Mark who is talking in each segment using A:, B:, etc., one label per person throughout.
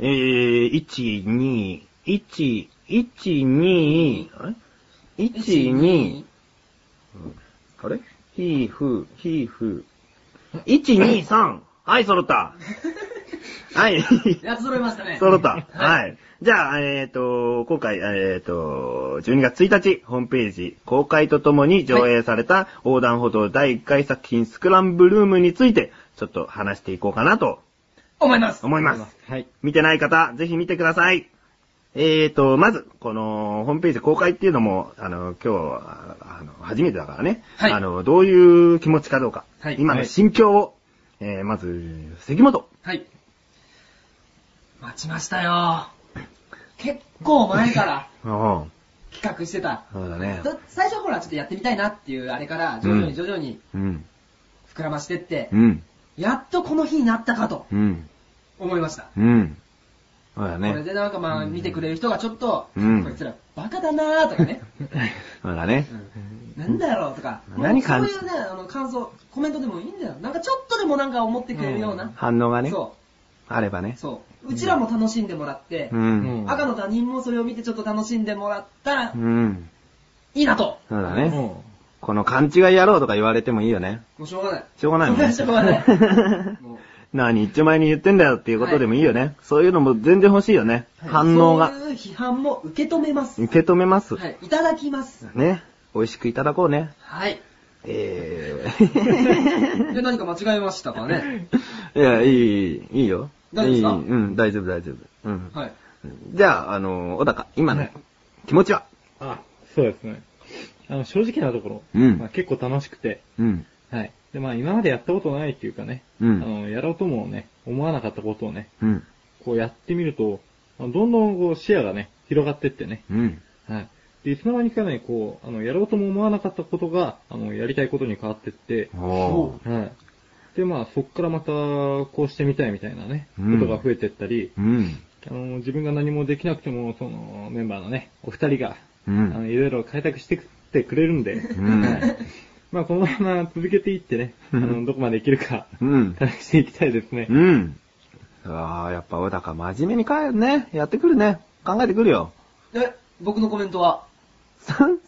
A: えー、1、2、1、1、2、あれ ?1、2、あれひーふー、ひーふー。1、2、3! はい、揃ったはい、
B: やつ揃 いましたね。
A: 揃った。
B: はい。
A: はい。じゃあ、えっ、と、今回、えっ、と、12月1日、ホームページ、公開とともに上映された、横断歩道第1回作品、スクランブルームについて、ちょっと話していこうかなと
B: 思います。
A: 思います。
C: はい。
A: 見てない方、ぜひ見てください。えーと、まず、この、ホームページ公開っていうのも、あの、今日は、あの、初めてだからね。
B: はい
A: あの、どういう気持ちかどうか。
B: はい
A: 今の心境を、えー、まず、関本。
B: はい。待ちましたよ。結構前から
A: うん。
B: 企画してた。
A: そうだね。
B: ど最初ほら、ちょっとやってみたいなっていうあれから、徐々に徐々に
A: うん。
B: 膨らましてって
A: う、ん。
B: やっとこの日になったかと
A: うん。
B: 思いました。
A: うん。そうだ
B: これ
A: ね。
B: でなんかまあ、見てくれる人がちょっと、
A: うん
B: こいつらバカだなーとか ね、
A: そうだね。
B: うんなんだろうとか、
A: 何
B: そう
A: 感
B: いうね、あの感想、コメントでもいいんだよ。なんかちょっとでもなんか思ってくれるような。
A: 反応がね、
B: そ
A: あればね
B: う、。そう。うちらも楽しんでもらって
A: う、。
C: うんん
B: 赤の他人もそれを見てちょっと楽しんでもらったら
A: う、ん。
B: いいなと。
A: そうだ
C: う
A: ね。
C: ん。
A: この勘違い野郎とか言われてもいいよね。
B: もうしょうがない。
A: しょうがないもんね。
B: しょう がない。もう
A: 何一丁前に言ってんだよっていうことでもいいよね。そういうのも全然欲しいよね。反応が
B: そういう批判も受け止めます。
A: 受け止めます。
B: はい。いただきます。
A: ね。美味しくいただこうね。
B: はい。
A: え
B: で、何か間違えましたかね。
A: ー。いや、いい、いいよ。
B: 大丈夫ですか
A: いいうん、大丈夫、大丈夫。うん。
B: はい。
A: じゃあ、あの、小高、今の
C: ね
A: 気持ちは
C: あ、そうですね。あの、正直なところ、
A: うん
C: まあ、結構楽しくて、
A: うん。
C: はい。で、まあ今までやったことないっていうかね、
A: うん
C: あの、やろうともね、思わなかったことをね、
A: うん。
C: こうやってみると、まあどんどんこう視野がね、広がってってね、
A: うん。
C: はい。で、いつの間にかね、こう、あの、やろうとも思わなかったことが、あの、やりたいことに変わってって、
A: おー。
C: はい。で、まあ、そっからまた、こうしてみたいみたいなね、
A: うん
C: ことが増えてったり、
A: うん。
C: あの、自分が何もできなくても、その、メンバーのね、お二人が、
A: う
C: あの、
A: ん。
C: いろいろ開拓してってくれる んで、
A: ん
C: はい。まあ、このまま続けていってね、あの、どこまでいけるか、
A: うん。
C: 開拓していきたいですね。
A: うん。ああ、やっぱ小高真面目に帰るね。やってくるね。考えてくるよ。
B: で、僕のコメントは、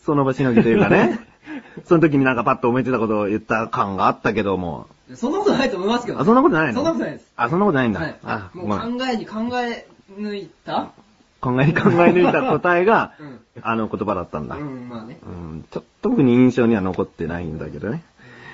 A: その場しのぎというか ね。その時になんかパッと思いついたことを言った感があったけども。
B: そんなことないと思いますけど。
A: あ、そんなことないの
B: そんなことないです。
A: あ、そんなことないんだ。
B: はい。
A: あ、
B: も
A: ごめん
B: う考えに考え抜いた
A: 考えに考え抜いた答えが
B: う、ん。
A: あの言葉だったんだ。
B: う、
A: うん
B: まあね。
A: ん、ちょ特に印象には残ってないんだけどね。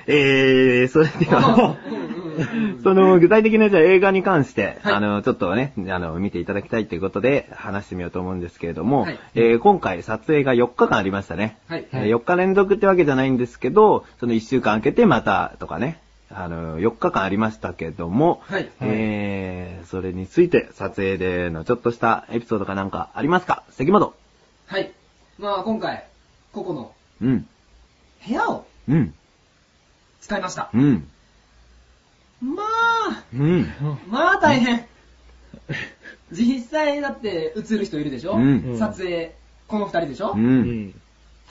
A: えー、それでは、
B: うんうんうん
A: その具体的なじゃあ映画に関して、
B: はい
A: あの、ちょっとね、あの、見ていただきたいということで話してみようと思うんですけれども、
B: はい
A: えー今回撮影が4日間ありましたね。
B: はい。
C: はい
A: えー4日連続ってわけじゃないんですけど、その1週間空けてまたとかね、あの、4日間ありましたけども、
B: はい。
A: えー、それについて撮影でのちょっとしたエピソードかなんかありますか関本。
B: はい。まあ今回、ここの
A: うん、
B: 部屋を
A: うん、
B: 使いました。
A: うん、
B: まあ、
A: うん、
B: まあ大変。実際だって映る人いるでしょ
A: うん
B: 撮影、この二人でしょ
A: う
C: う
A: ん。
C: ん。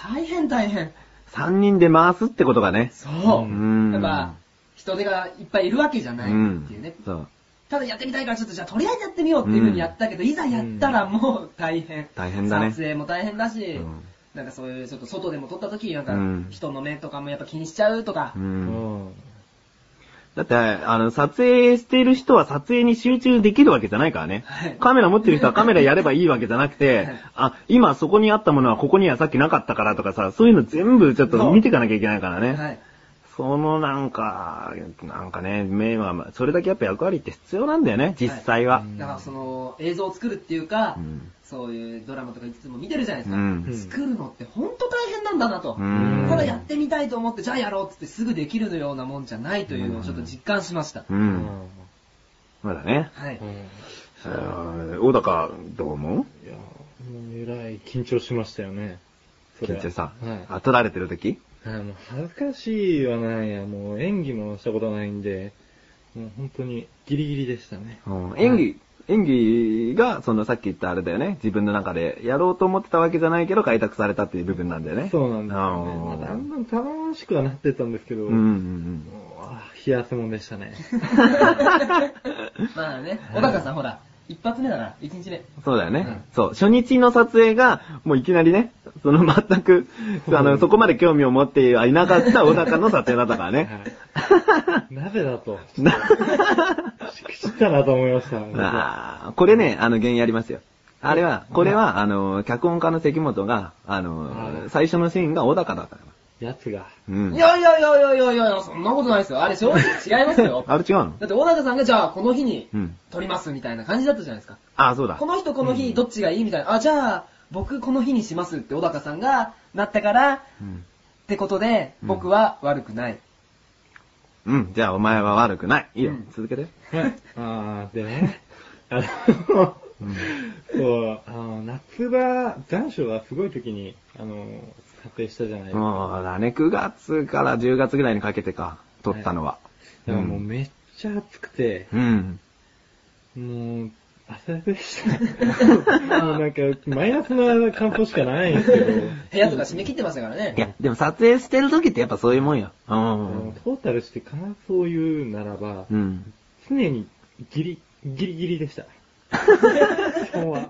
B: 大変大変。
A: 3人で回すってことがね。
B: そう
A: うん
B: う。やっぱ、人手がいっぱいいるわけじゃないっていうね
A: うん。そう。
B: ただやってみたいからちょっとじゃあとりあえずやってみようっていうふうにやったけど、いざやったらもう大変。
A: 大変だね
B: 撮影も大変だし、
A: うん
B: なんかそういうちょっと外でも撮った時なん
A: うん
B: か人の目とかもやっぱ気にしちゃうとか
A: う、。
C: うんん。
A: だって、あの、撮影している人は撮影に集中できるわけじゃないからね。
B: はい
A: カメラ持ってる人はカメラやればいいわけじゃなくて、あ、今そこにあったものはここにはさっきなかったからとかさ、そういうの全部ちょっと見ていかなきゃいけないからね。
B: はい。
A: そのなんか、なんかね、目は、それだけやっぱ役割って必要なんだよね、実際は。
B: だからその映像を作るっていうか、
A: うん
B: そういうドラマとかいつも見てるじゃないです
A: う
B: か。
A: ん
B: 作るのってほんと大変なんだなと。
A: うん
B: ただやってみたいと思って、じゃあやろうっつってすぐできるようなもんじゃないというのをちょっと実感しました。
A: う。
C: うん
A: そうだね。
B: はい。
A: えー小高、どう思う
C: いや、もうえらい緊張しましたよね。それ
A: 緊
C: は
A: 張さ
C: はい。。
A: あ、撮られてる時
C: はい、もう恥ずかしいはないや、もう演技もしたことないんで、もう本当にギリギリでしたね。
A: うん演技、演技が、そのさっき言ったあれだよね。自分の中でやろうと思ってたわけじゃないけど、開拓されたっていう部分なんだよね。
C: そうなんですよね。まあ、
A: あー
C: だんだん楽しくはなってったんですけど、
A: うんうんうん。
C: もうあー冷や汗もんでしたね。
B: まあね、小高さんほら、一発目だな、一日目。
A: そうだよね、
B: うん
A: そう。初日の撮影が、もういきなりね、その全く、あの、そこまで興味を持っていなかった小高の撮影だったからね。
C: はいなぜだと。しくじったなと思いました。
A: あーこれね、あの、原因ありますよ。あれは、これは、あの、脚本家の関本が、あ
C: う
A: の、
C: ん
A: 最初のシーンが小高だから。
C: やつが。
A: うん。。
B: いやいやいやいやいやいや、そんなことないですよ。あれ正直違いますよ
A: あれ違うの
B: だって小高さんがじゃあこの日に
A: うん。
B: 撮りますみたいな感じだったじゃないですか。
A: あー、そうだ
B: こ。の日とこの
C: う
B: 日
C: ん
B: どっちがいいみたいな。あ、じゃあ僕この日にしますって小高さんがなったから、
A: うん。
B: ってことで
A: うん
B: 僕は悪くない。
A: うん、じゃあお前は悪くない。いいよ
B: うん。
A: 続けて。
C: あー、でね。あの、そう、あの、夏場、残暑がすごい時に、あの、撮影したじゃないですか。
A: もうだね、9月から10月ぐらいにかけてか、撮ったのは。
C: だからもうめっちゃ暑くて、
A: うん。
C: もう、汗でした。もうなんか、マイナスの感想しかないんですけど、
B: 部屋とか締め切ってましたからね
A: い。や、でも撮影してる時ってやっぱそういうもんよ。う
C: あの
A: ん。
C: トータルして感想を言うならば、
A: うん。
C: 常にギリ、ギリギリ でした。今日は、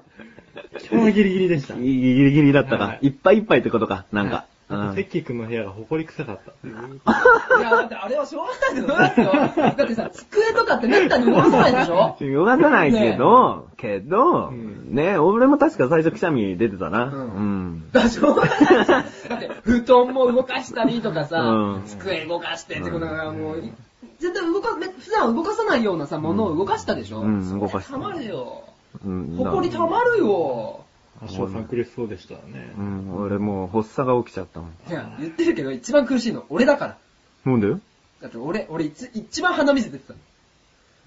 C: 今日はギリギリでした。
A: ギリギリだった
C: は
A: か。
C: い
A: いっぱいいっぱいってことか、なんか。う
C: はいあとセ
A: ん
C: ッキー君の部屋が埃臭かったっていう。
B: いや、だってあれはしょうがないですよ。だってさ、机とかってめったに動かさないでしょ
A: 動かさないけど、けど、
C: うん
A: ね、俺も確か最初くしゃみ出てたな。う
B: うん
A: ん。
B: だからしょうがないじゃんだって、布団も動かしたりとかさ、
A: うん
B: 机動かしてってことだから、
C: うん
B: もう、絶対動か、め普段動かさないようなさ、ものを動かしたでしょ
A: うん動かした
B: それ溜まるよ。
A: うん
B: ほこり溜まるよ。
C: 足をさんくれそうでしたね
A: う。ん、俺もう発作が起きちゃったもん。
B: いや、言ってるけど、一番苦しいの俺だから。
A: なんだよ
B: だって俺、俺一、一番鼻水出て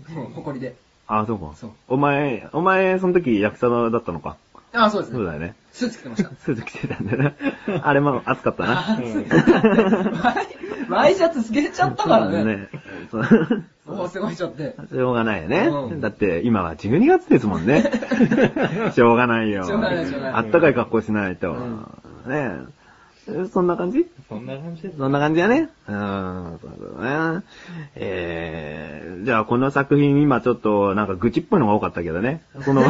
B: た。もう、ほこりで。
A: あ、そうか。
B: そう
A: お前、お前、その時、役者だったのか。
B: ああ、そうです
A: そう
B: ね。
A: だよね。
B: スーツ着てました。
A: スーツ着てたんだよな。あれも暑かったな。
B: あーワイシャツ透けちゃったからね。
A: そうだね。
B: おお、すごいちょっとね。
A: そうしょうがないよね。
B: うん
A: だって、今は12月ですもん ね。しょうがないよ。
B: しょうがないしょうがない
A: あったかい格好しないと。
B: うん
A: ねえ。そんな感じ
C: そんな感じです。
A: そんな感じだね。うーん、そうだね。えー、じゃあこの作品今ちょっとなんか愚痴っぽいのが多かったけどね。そ の、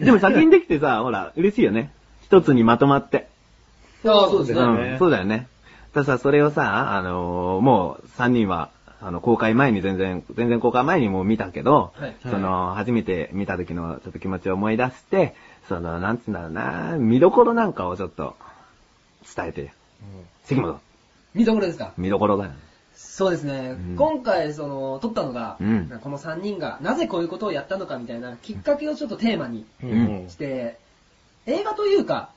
A: でも作品できてさ、ほら、嬉しいよね。一つにまとまって。
B: ああ、そうですね。
C: よ
A: う
C: ね
A: ん、そうだよね。たださ、それをさ、あのーもう3人は、あの、公開前に全然、全然公開前にもう見たけど、
B: はい
A: その、初めて見た時のちょっと気持ちを思い出して、その、なんつうんだろうな、見どころなんかをちょっと、伝えてよ。関本、
B: 見どころですか
A: 見どころだよね。
B: そうですね、
A: うん
B: 今回その撮ったのが、
A: うん
B: この3人がなぜこういうことをやったのかみたいなきっかけをちょっとテーマに
C: うん。
A: うん
B: して、映画というか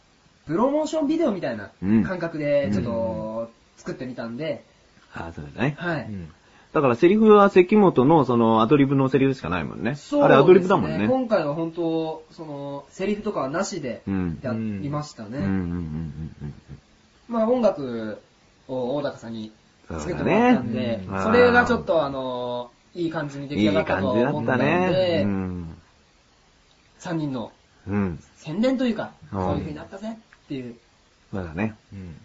B: プロモーションビデオみたいな
A: うん
B: 感覚でちょっと作ってみたんで、
A: ああ、そうだね。
B: は
C: う
B: い、
C: ん
A: だからセリフは関本のそのアドリブのセリフしかないもんね。
B: そう
A: あ
B: で
A: れ
B: すね
A: アドリブだもんね。
B: 今回は本当そのセリフとかはなしで
A: うん
B: やりました
A: う
B: ね、
A: んうんうんうん
B: まあ音楽を大高さんに
A: うん。
B: 作
A: そう
B: って
A: だ
B: もらった
A: ね。
B: んで
C: そう
B: そ,、
A: だね
B: れがちょっとあのいい感じに出来
A: い
B: 上
A: い
B: がったと
A: 感じだ
B: 思
A: っ
B: った
A: た
B: ので、
A: ね。うん。
B: 3人の
A: うん。
B: 宣伝というか、
A: うん
B: そういう風になったぜっていう。
A: そうだね。
C: うん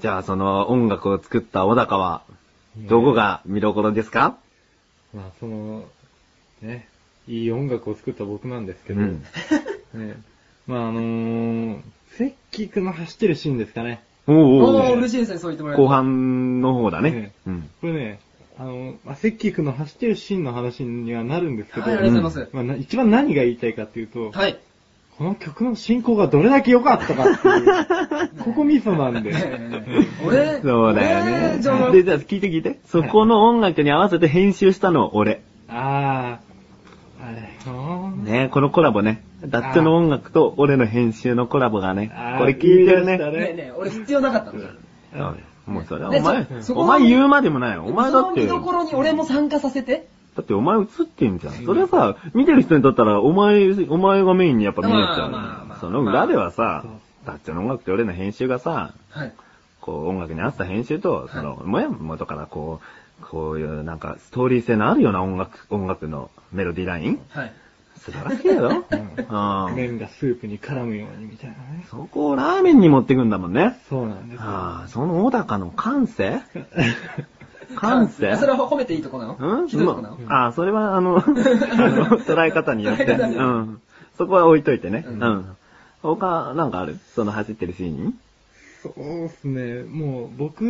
A: じゃあその音楽を作った小高は、どこが見どころですか
C: まあ、その、ね、いい音楽を作った僕なんですけど、
A: うん
C: ね、まあ、あのー、セッキー君の走ってるシーンですかね。
A: おーお
B: おー、
A: ー
B: 嬉しいですね、そう言ってもらえる
A: 後
B: と。
A: 半の方だね。うん。
C: これね、あの、まあ、セッキー君の走ってるシーンの話にはなるんですけど、
B: はい、ありがとうございます。
C: まあな一番何が言いたいかっていう と、
B: はい。
C: この曲の進行がどれだけ良かったかっていう、ここミソなんで。
B: 俺、
A: そうだよ
B: 俺
A: ね。
B: じゃあ
A: で、じゃあ聞いて聞いて。そこの音楽に合わせて編集したの俺。
C: あー、あれよー。
A: ねこのコラボね。ダッチョの音楽と俺の編集のコラボがね
C: あ。ー
A: これ聞いてる
C: いいでした
A: ね。
B: ね
C: ね
B: えねえ、俺必要なかったんだよ。
A: そうねもうそれは
B: ね
A: お前
B: そ、そ
A: お
B: こは
A: 前言うまでもないよ。お前だって、
B: その見どこ
A: だ
B: ろに俺も参加させて。
A: ってお前映ってんじゃん。それはさ、見てる人にとったら、お前、お前がメインにやっぱ見えちゃう
B: まあまあま
A: の
B: あ
A: その裏ではさ
C: まあ、
A: ダッチョの音楽と俺の編集がさ、
B: はい。
A: こう音楽に合った編集と、その、
B: は
A: もやもとからこう、こういうなんかストーリー性のあるような音楽、音楽のメロディーライン
B: はい。
A: 素晴らしいよ。う
C: うんん。麺がスープに絡むようにみたいなね。
A: そこをラーメンに持ってくんだもんね。
C: そうなんですよ。
A: ああ、その小高の感性感性
B: それは褒めていいとこなの
A: うん
B: ひどいとこなの
A: まああ、それは、あ の、あの捉え方によって。
B: 捉え
A: う
B: 方によって
A: ん。そこは置いといてね。
B: う
A: うんん。他、なんかあるその走ってるシーン
C: そうっすね。もう、僕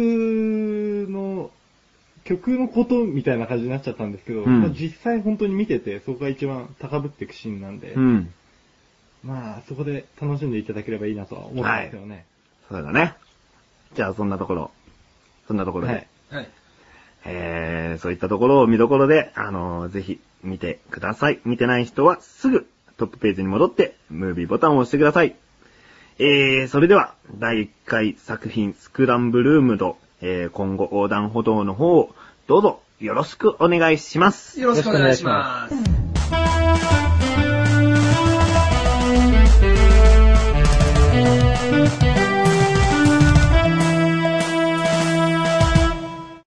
C: の曲のことみたいな感じになっちゃったんですけど、
A: うん
C: まあ実際本当に見てて、そこが一番高ぶっていくシーンなんで、
A: うん。
C: まあ、そこで楽しんでいただければいいなとは思うんですよね。
A: そうだね。じゃあ、そんなところ。そんなところで。
C: はい
B: はい。
A: えー、そういったところを見どころで、あのーぜひ見てください。見てない人はすぐトップページに戻って、ムービーボタンを押してください。えー、それでは、第1回作品スクランブルームド、えー、今後横断歩道の方を、どうぞよろしくお願いします。
B: よろしくお願いします。